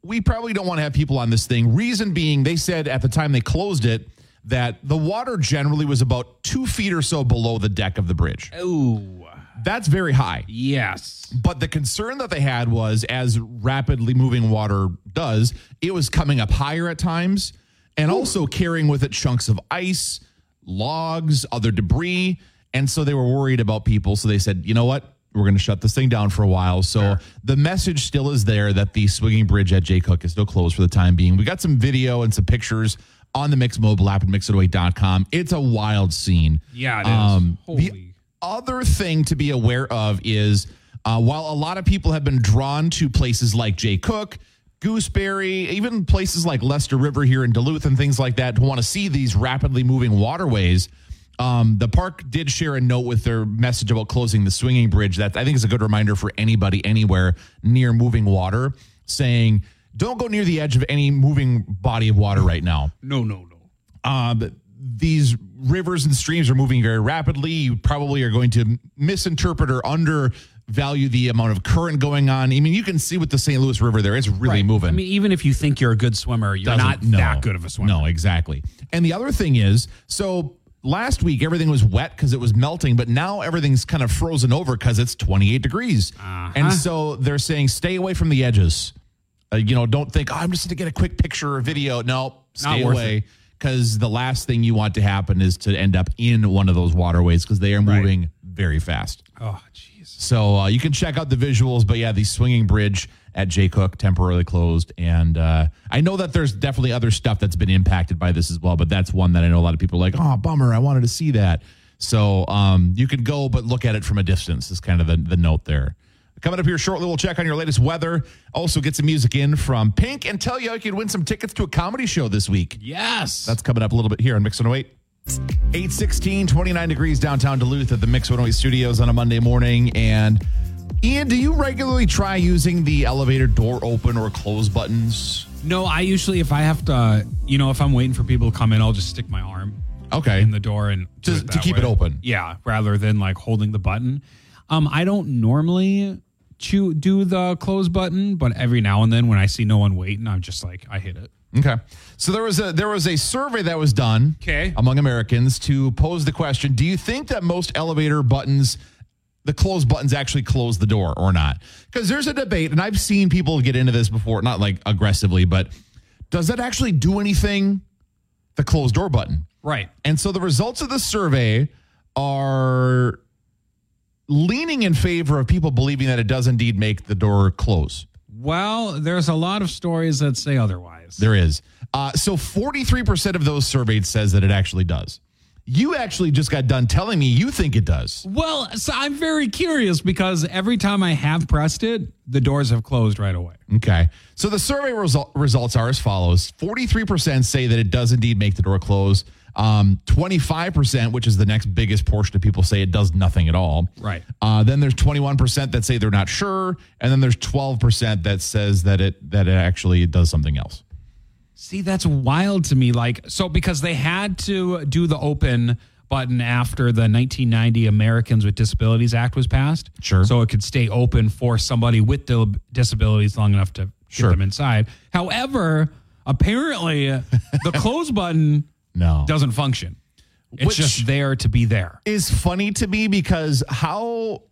S2: We probably don't want to have people on this thing. Reason being, they said at the time they closed it that the water generally was about two feet or so below the deck of the bridge.
S3: Ooh.
S2: That's very high.
S3: Yes.
S2: But the concern that they had was as rapidly moving water does, it was coming up higher at times and also carrying with it chunks of ice, logs, other debris. And so they were worried about people. So they said, you know what? We're going to shut this thing down for a while. So the message still is there that the swinging bridge at Jay Cook is still closed for the time being. We got some video and some pictures on the Mix mobile app and mixitaway.com. It's a wild scene. Um,
S3: Yeah, it is.
S2: the
S3: Holy.
S2: other thing to be aware of is uh, while a lot of people have been drawn to places like Jay Cook, Gooseberry, even places like Lester River here in Duluth and things like that, to want to see these rapidly moving waterways. Um, the park did share a note with their message about closing the swinging bridge. That I think is a good reminder for anybody anywhere near moving water, saying, don't go near the edge of any moving body of water right now
S3: No, no, no.
S2: um, these rivers and streams are moving very rapidly. You probably are going to misinterpret or undervalue the amount of current going on. I mean, you can see with the St. Louis River there, it's really moving.
S3: I mean, even if you think you're a good swimmer, you're not
S2: Doesn't- no.
S3: that good of a swimmer.
S2: No, exactly. And the other thing is, so last week everything was wet because it was melting, but now everything's kind of frozen over because it's 28 degrees.
S3: Uh-huh.
S2: And so they're saying stay away from the edges. Uh, you know, don't think, oh, I'm just going to get a quick picture or video. No, stay
S3: worth
S2: away because the last thing you want to happen is to end up in one of those waterways because they are moving very fast.
S3: Oh, jeez.
S2: So uh, you can check out the visuals, but yeah, the swinging bridge at Jay Cook temporarily closed, and uh, I know that there's definitely other stuff that's been impacted by this as well. But that's one that I know a lot of people are like, oh, bummer, I wanted to see that. So um, you can go, but look at it from a distance. Is kind of the, the note there. Coming up here shortly, we'll check on your latest weather. Also, get some music in from Pink and tell you how you can win some tickets to a comedy show this week.
S3: Yes.
S2: That's coming up a little bit here on Mix 108. 816, 29 degrees downtown Duluth at the Mix 108 studios on a Monday morning. And Ian, do you regularly try using the elevator door open or close buttons?
S3: no, I usually, if I have to, you know, if I'm waiting for people to come in, I'll just stick my arm
S2: Okay.
S3: in the door and do
S2: To-
S3: it
S2: to
S3: that
S2: keep it
S3: way.
S2: open.
S3: Yeah, rather than like holding the button. Um, I don't normally chew, do the close button, but every now and then when I see no one waiting, I'm just like, I hit it.
S2: Okay. So there was a there was a survey that was done
S3: Okay.
S2: among Americans to pose the question, do you think that most elevator buttons the close buttons actually close the door or not? Cuz there's a debate and I've seen people get into this before, not like aggressively, but does that actually do anything the closed door button?
S3: Right.
S2: And so the results of the survey are leaning in favor of people believing that it does indeed make the door close.
S3: Well, there's a lot of stories that say otherwise.
S2: There is. Uh, so 43% of those surveyed says that it actually does. You actually just got done telling me you think it does.
S3: Well, so I'm very curious because every time I have pressed it, the doors have closed right away.
S2: Okay. So the survey result, results are as follows 43% say that it does indeed make the door close. Um, 25%, which is the next biggest portion of people, say it does nothing at all.
S3: Right.
S2: Uh, then there's 21% that say they're not sure. And then there's 12% that says that it that it actually does something else.
S3: See, that's wild to me. Like, so because they had to do the open button after the 1990 Americans with Disabilities Act was passed.
S2: Sure.
S3: So it could stay open for somebody with dil- disabilities long enough to
S2: Sure.
S3: get them inside. However, apparently the close button
S2: No.
S3: doesn't function. It's
S2: Which-
S3: just there to be there.
S2: is funny to me because how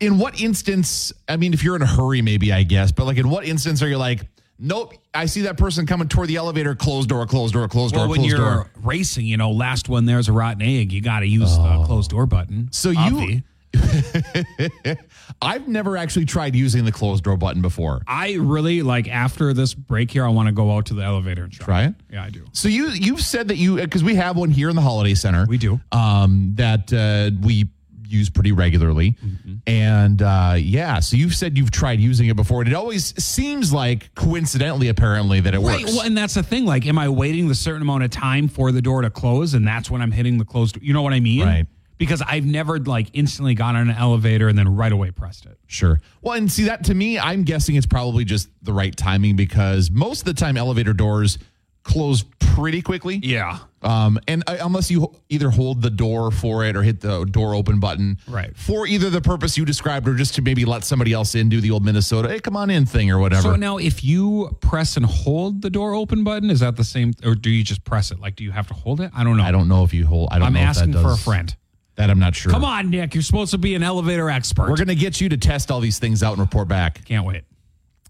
S2: in what instance i mean if you're in a hurry maybe i guess but like in what instance are you like nope i see that person coming toward the elevator closed door closed door closed
S3: Well,
S2: door
S3: when
S2: closed
S3: you're
S2: door
S3: racing, you know, last one there's a rotten egg. You got to use the closed door button.
S2: so you
S3: Obvi.
S2: i've never actually tried using the closed door button before
S3: I really like after this break here. I want to go out to the elevator and try.
S2: Try it?
S3: Yeah, I do.
S2: so you you've said that you because we have one here in the holiday center
S3: We do.
S2: um that uh we use pretty regularly
S3: Mm-hmm.
S2: and uh yeah so you've said you've tried using it before and it always seems like coincidentally apparently that it
S3: Right,
S2: works
S3: well, and that's the thing. Like, am I waiting the certain amount of time for the door to close, and that's when I'm hitting the closed? You know what I mean?
S2: Right.
S3: Because I've never like instantly got on an elevator and then right away pressed it.
S2: Sure. Well, and see that to me, I'm guessing it's probably just the right timing because most of the time elevator doors close pretty quickly.
S3: Yeah.
S2: Um, and uh, unless you ho- either hold the door for it or hit the door open button,
S3: Right.
S2: for either the purpose you described or just to maybe let somebody else in, do the old Minnesota, hey, come on in thing or whatever.
S3: So now, if you press and hold the door open button, is that the same, or do you just press it? Like, do you have to hold it? I don't know.
S2: I don't know if you hold. I don't.
S3: I'm
S2: know if
S3: asking
S2: that
S3: for a
S2: does-
S3: friend.
S2: That I'm not sure.
S3: Come on, Nick. You're supposed to be an elevator expert.
S2: We're gonna get you to test all these things out and report back.
S3: Can't wait.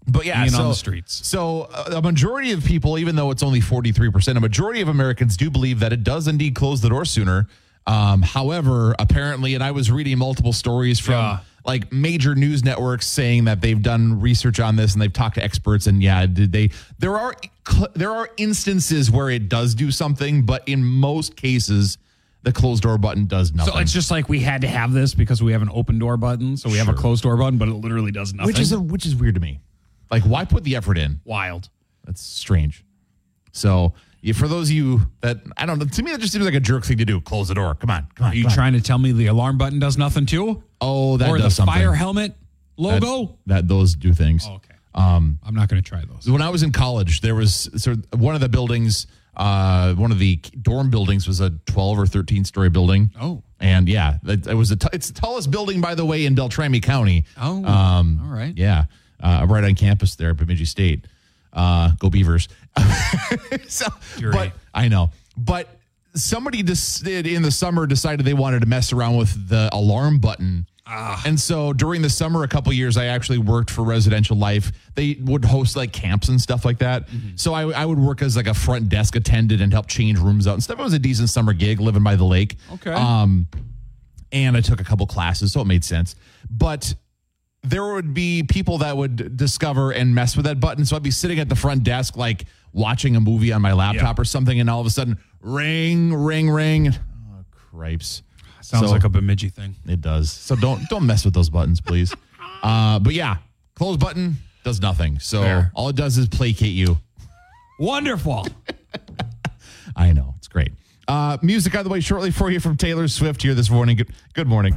S2: But yeah,
S3: Being
S2: so,
S3: on the streets.
S2: So uh, a majority of people, even though it's only forty three percent, a majority of Americans do believe that it does indeed close the door sooner. Um, however, apparently, and I was reading multiple stories from
S3: Yeah.
S2: like major news networks saying that they've done research on this and they've talked to experts and yeah, did they there are cl- there are instances where it does do something, but in most cases the closed door button does nothing.
S3: So it's just like we had to have this because we have an open door button, so we have a closed door button, but it literally does nothing.
S2: which is a, which is weird to me. Like why put the effort in?
S3: wild.
S2: That's strange. So yeah, for those of you that I don't know, to me that just seems like a jerk thing to do. Close the door. Come on, come on.
S3: Are you
S2: come on.
S3: trying to tell me the alarm button does nothing too?
S2: Oh, that
S3: or
S2: does
S3: the
S2: something.
S3: fire helmet
S2: that,
S3: logo?
S2: that those do things.
S3: okay. Um, I'm not going to try those.
S2: When I was in college, there was sort of one of the buildings, uh, one of the dorm buildings was a 12 or 13 story building.
S3: Oh.
S2: And yeah, it, it was a t- it's the tallest building, by the way, in Beltrami County. Um,
S3: Oh, all right.
S2: Yeah. Uh, right on campus there at Bemidji State. Uh, go Beavers. so, but
S3: right.
S2: I know. But somebody just did in the summer decided they wanted to mess around with the alarm button.
S3: Ah.
S2: And so during the summer, a couple years, I actually worked for Residential Life. They would host like camps and stuff like that.
S3: Mm-hmm.
S2: So I, I would work as like a front desk attendant and help change rooms out and stuff. It was a decent summer gig living by the lake.
S3: Okay.
S2: Um, and I took a couple classes, so it made sense. But there would be people that would discover and mess with that button. So I'd be sitting at the front desk, like watching a movie on my laptop or something, and all of a sudden, ring, ring, ring. Oh, cripes.
S3: Sounds
S2: So-
S3: like a Bemidji thing.
S2: it does. So don't don't mess with those buttons, please. Uh, but yeah, close button does nothing. So
S3: Fair.
S2: all it does is placate you.
S3: Wonderful.
S2: I know it's great. Uh, music out of the way shortly for you from Taylor Swift here this morning. Good, good morning.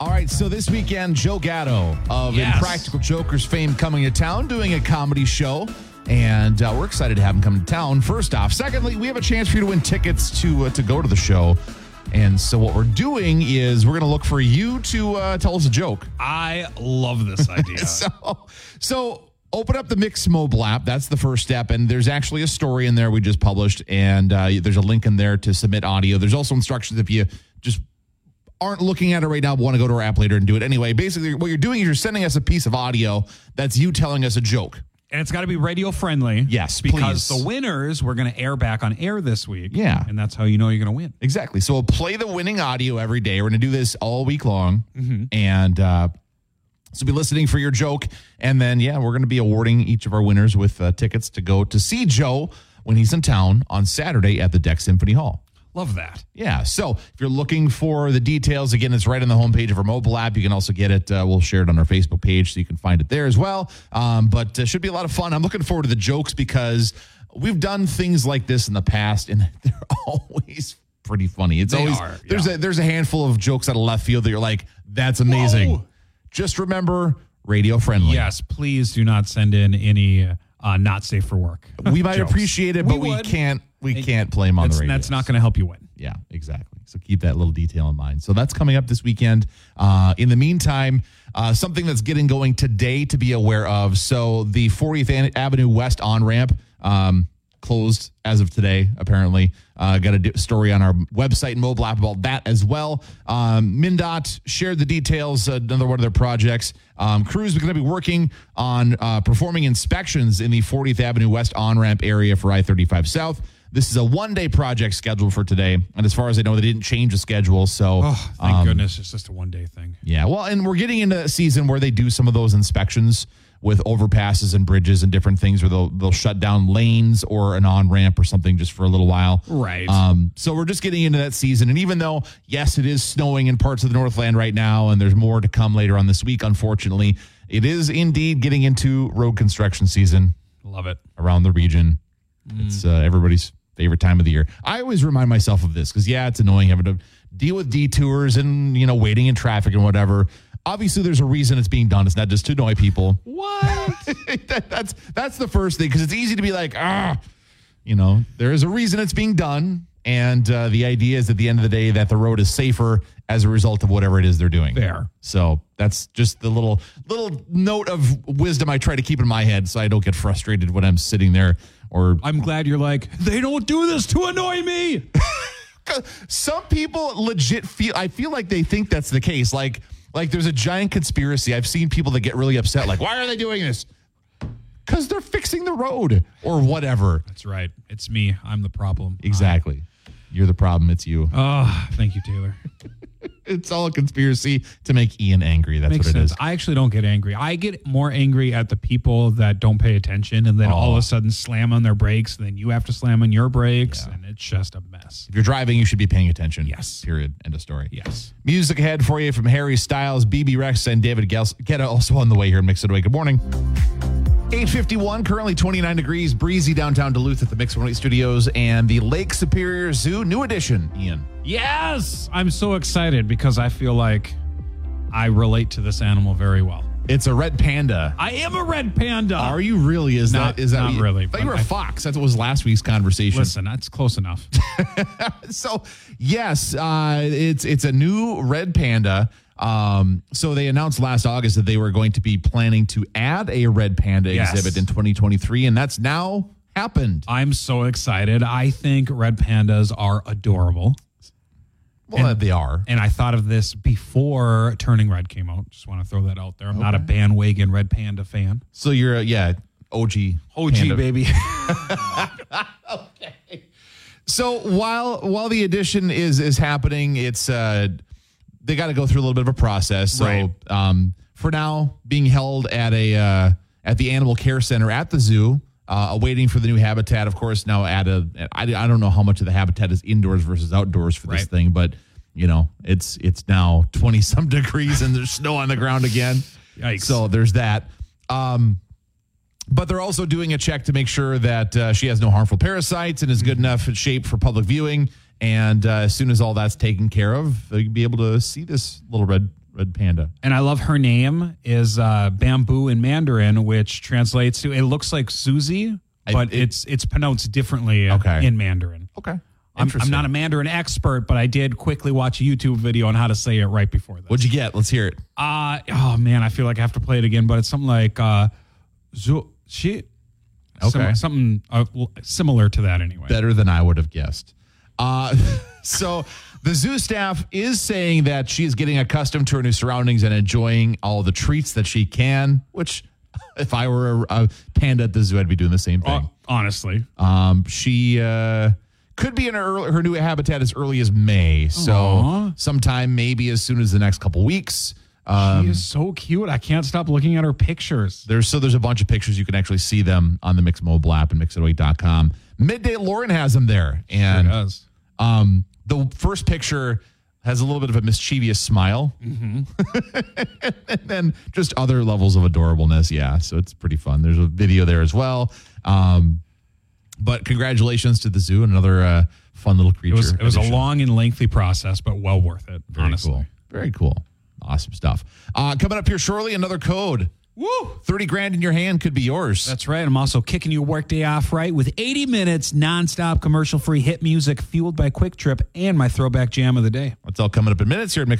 S2: All right, so this weekend, Joe Gatto of
S3: Yes.
S2: Impractical Jokers fame coming to town doing a comedy show. And uh, we're excited to have him come to town. First off, secondly, we have a chance for you to win tickets to uh, to go to the show. And so what we're doing is we're going to look for you to uh, tell us a joke.
S3: I love this idea.
S2: so, so open up the Mixmobile app. That's the first step. And there's actually a story in there we just published, and uh, there's a link in there to submit audio. There's also instructions if you just aren't looking at it right now, but want to go to our app later and do it anyway. Basically, what you're doing is you're sending us a piece of audio that's you telling us a joke.
S3: and it's got to be radio friendly.
S2: Yes,
S3: because
S2: please.
S3: the winners we're going to air back on air this week.
S2: Yeah.
S3: and that's how you know you're going to win.
S2: Exactly. So we'll play the winning audio every day. We're going to do this all week long. And uh, so be listening for your joke. And then, yeah, we're going to be awarding each of our winners with uh, tickets to go to see Joe when he's in town on Saturday at the Deck Symphony Hall.
S3: Love that.
S2: Yeah. So if you're looking for the details, again, it's right on the homepage of our mobile app. You can also get it. Uh, we'll share it on our Facebook page, so you can find it there as well. Um, but uh, should be a lot of fun. I'm looking forward to the jokes because we've done things like this in the past, and they're always pretty funny. It's
S3: They
S2: always
S3: are,
S2: there's
S3: yeah.
S2: a there's a handful of jokes out of left field that you're like, that's amazing.
S3: Whoa.
S2: Just remember, radio friendly.
S3: Yes, please do not send in any uh, not safe for work.
S2: We might
S3: jokes.
S2: appreciate it, but we,
S3: would.
S2: can't we can't play them on
S3: That's,
S2: the radio.
S3: that's not going to help you win.
S2: Yeah, exactly. So keep that little detail in mind. So that's coming up this weekend. Uh, in the meantime, uh, something that's getting going today to be aware of. So the 40th An- Avenue West on ramp um, closed as of today, apparently. Uh, got a d- story on our website and mobile app about that as well. Um, MnDOT shared the details, uh, another one of their projects. Um, crews are going to be working on uh, performing inspections in the 40th Avenue West on ramp area for I 35 South. This is a one day project scheduled for today. And as far as I know, they didn't change the schedule. So,
S3: Oh, thank goodness, it's just a one day thing.
S2: yeah. Well, and we're getting into a season where they do some of those inspections with overpasses and bridges and different things where they'll, they'll shut down lanes or an on ramp or something just for a little while.
S3: Right.
S2: Um, so we're just getting into that season. And even though, yes, it is snowing in parts of the Northland right now, and there's more to come later on this week, unfortunately, it is indeed getting into road construction season
S3: Love it.
S2: around the region. It's uh, everybody's favorite time of the year. I always remind myself of this because yeah, it's annoying having to deal with detours and you know waiting in traffic and whatever. Obviously, there's a reason it's being done. It's not just to annoy people.
S3: What?
S2: That- that's that's the first thing because it's easy to be like ah, you know, there is a reason it's being done, and uh, the idea is at the end of the day that the road is safer as a result of whatever it is they're doing.
S3: Fair.
S2: So that's just the little little note of wisdom I try to keep in my head so I don't get frustrated when I'm sitting there or
S3: I'm glad you're like, they don't do this to annoy me.
S2: some people legit feel I feel like they think that's the case. Like like there's a giant conspiracy. I've seen people that get really upset like why are they doing this? Cuz they're fixing the road or whatever.
S3: That's right. It's me. I'm the problem. Uh,
S2: Exactly. You're the problem, it's you.
S3: Oh, thank you, Taylor.
S2: it's all a conspiracy to make Ian angry. That's
S3: Makes
S2: what it is.
S3: sense. I actually don't get angry. I get more angry at the people that don't pay attention and then all of a sudden slam on their brakes and then you have to slam on your brakes and it's just a mess.
S2: If you're driving, you should be paying attention.
S3: Yes.
S2: Period. End of story.
S3: Yes.
S2: Music ahead for you from Harry Styles, BB Rex, and David Gels- Guetta also on the way here in Mix It Away. Good morning. 851, currently 29 degrees, breezy downtown Duluth at the Mix 108 Studios and the Lake Superior Zoo, new edition, Ian.
S3: Yes. I'm so excited because I feel like I relate to this animal very well.
S2: It's a red panda.
S3: I am a red panda.
S2: Are you really? Is
S3: Not-
S2: that is that
S3: not really,
S2: I thought you were a
S3: but I-
S2: fox. That was last week's conversation.
S3: Listen, that's close enough.
S2: so yes, uh, it's it's a new red panda. Um, so they announced last August that they were going to be planning to add a red panda
S3: Yes.
S2: exhibit in 2023, and that's now happened.
S3: I'm so excited. I think red pandas are adorable.
S2: Well, they are.
S3: and I thought of this before Turning Red came out. Just want to throw that out there. I'm not a bandwagon Red Panda fan.
S2: So you're a, yeah, OG. panda.
S3: baby.
S2: So while while the addition is is happening, it's uh they got to go through a little bit of a process. So
S3: Right.
S2: um for now being held at a uh at the animal care center at the zoo. Uh, awaiting for the new habitat, of course. Now, at a, I, I don't know how much of the habitat is indoors versus outdoors for this
S3: Right.
S2: thing, but you know, it's it's now twenty some degrees and there's snow on the ground again.
S3: Yikes.
S2: So there's that. Um, but they're also doing a check to make sure that uh, she has no harmful parasites and is good enough in shape for public viewing. And uh, as soon as all that's taken care of, they'll be able to see this little red red panda.
S3: and I love her name is uh, Bamboo in Mandarin, which translates to it looks like Susie,
S2: I-
S3: but
S2: it-
S3: it's it's pronounced differently
S2: Okay.
S3: in Mandarin.
S2: Okay,
S3: I'm, I'm not a Mandarin expert, but I did quickly watch a YouTube video on how to say it right before this.
S2: What'd you get? Let's hear it.
S3: Uh, oh man, I feel like I have to play it again, but it's something like uh, Zu- shit.
S2: Okay.
S3: Some, something uh, l- similar to that anyway.
S2: Better than I would have guessed. Uh, so the zoo staff is saying that she is getting accustomed to her new surroundings and enjoying all the treats that she can. Which, if I were a, a panda at the zoo, I'd be doing the same thing.
S3: Uh, honestly,
S2: Um, she uh, could be in her, early, her new habitat as early as May. So
S3: Aw.
S2: sometime maybe as soon as the next couple weeks. Um,
S3: she is so cute. I can't stop looking at her pictures.
S2: there's so there's a bunch of pictures you can actually see them on the Mix mobile app and mixitaway.com. Midday Lauren has them there, and
S3: does.
S2: um, the first picture has a little bit of a mischievous smile, Mm-hmm. and then just other levels of adorableness. Yeah, so it's pretty fun. There's a video there as well. Um, but congratulations to the zoo, and another uh, fun little creature.
S3: It was it was a
S2: addition.
S3: long and lengthy process, but well worth it.
S2: Very
S3: honestly,
S2: cool. Very cool. Awesome stuff. Uh, coming up here shortly, another code.
S3: woo.
S2: 30 grand in your hand could be yours.
S3: That's right. I'm also kicking your workday off right with 80 minutes nonstop commercial free hit music fueled by Quick Trip and my throwback jam of the day.
S2: That's all coming up in minutes here at Mix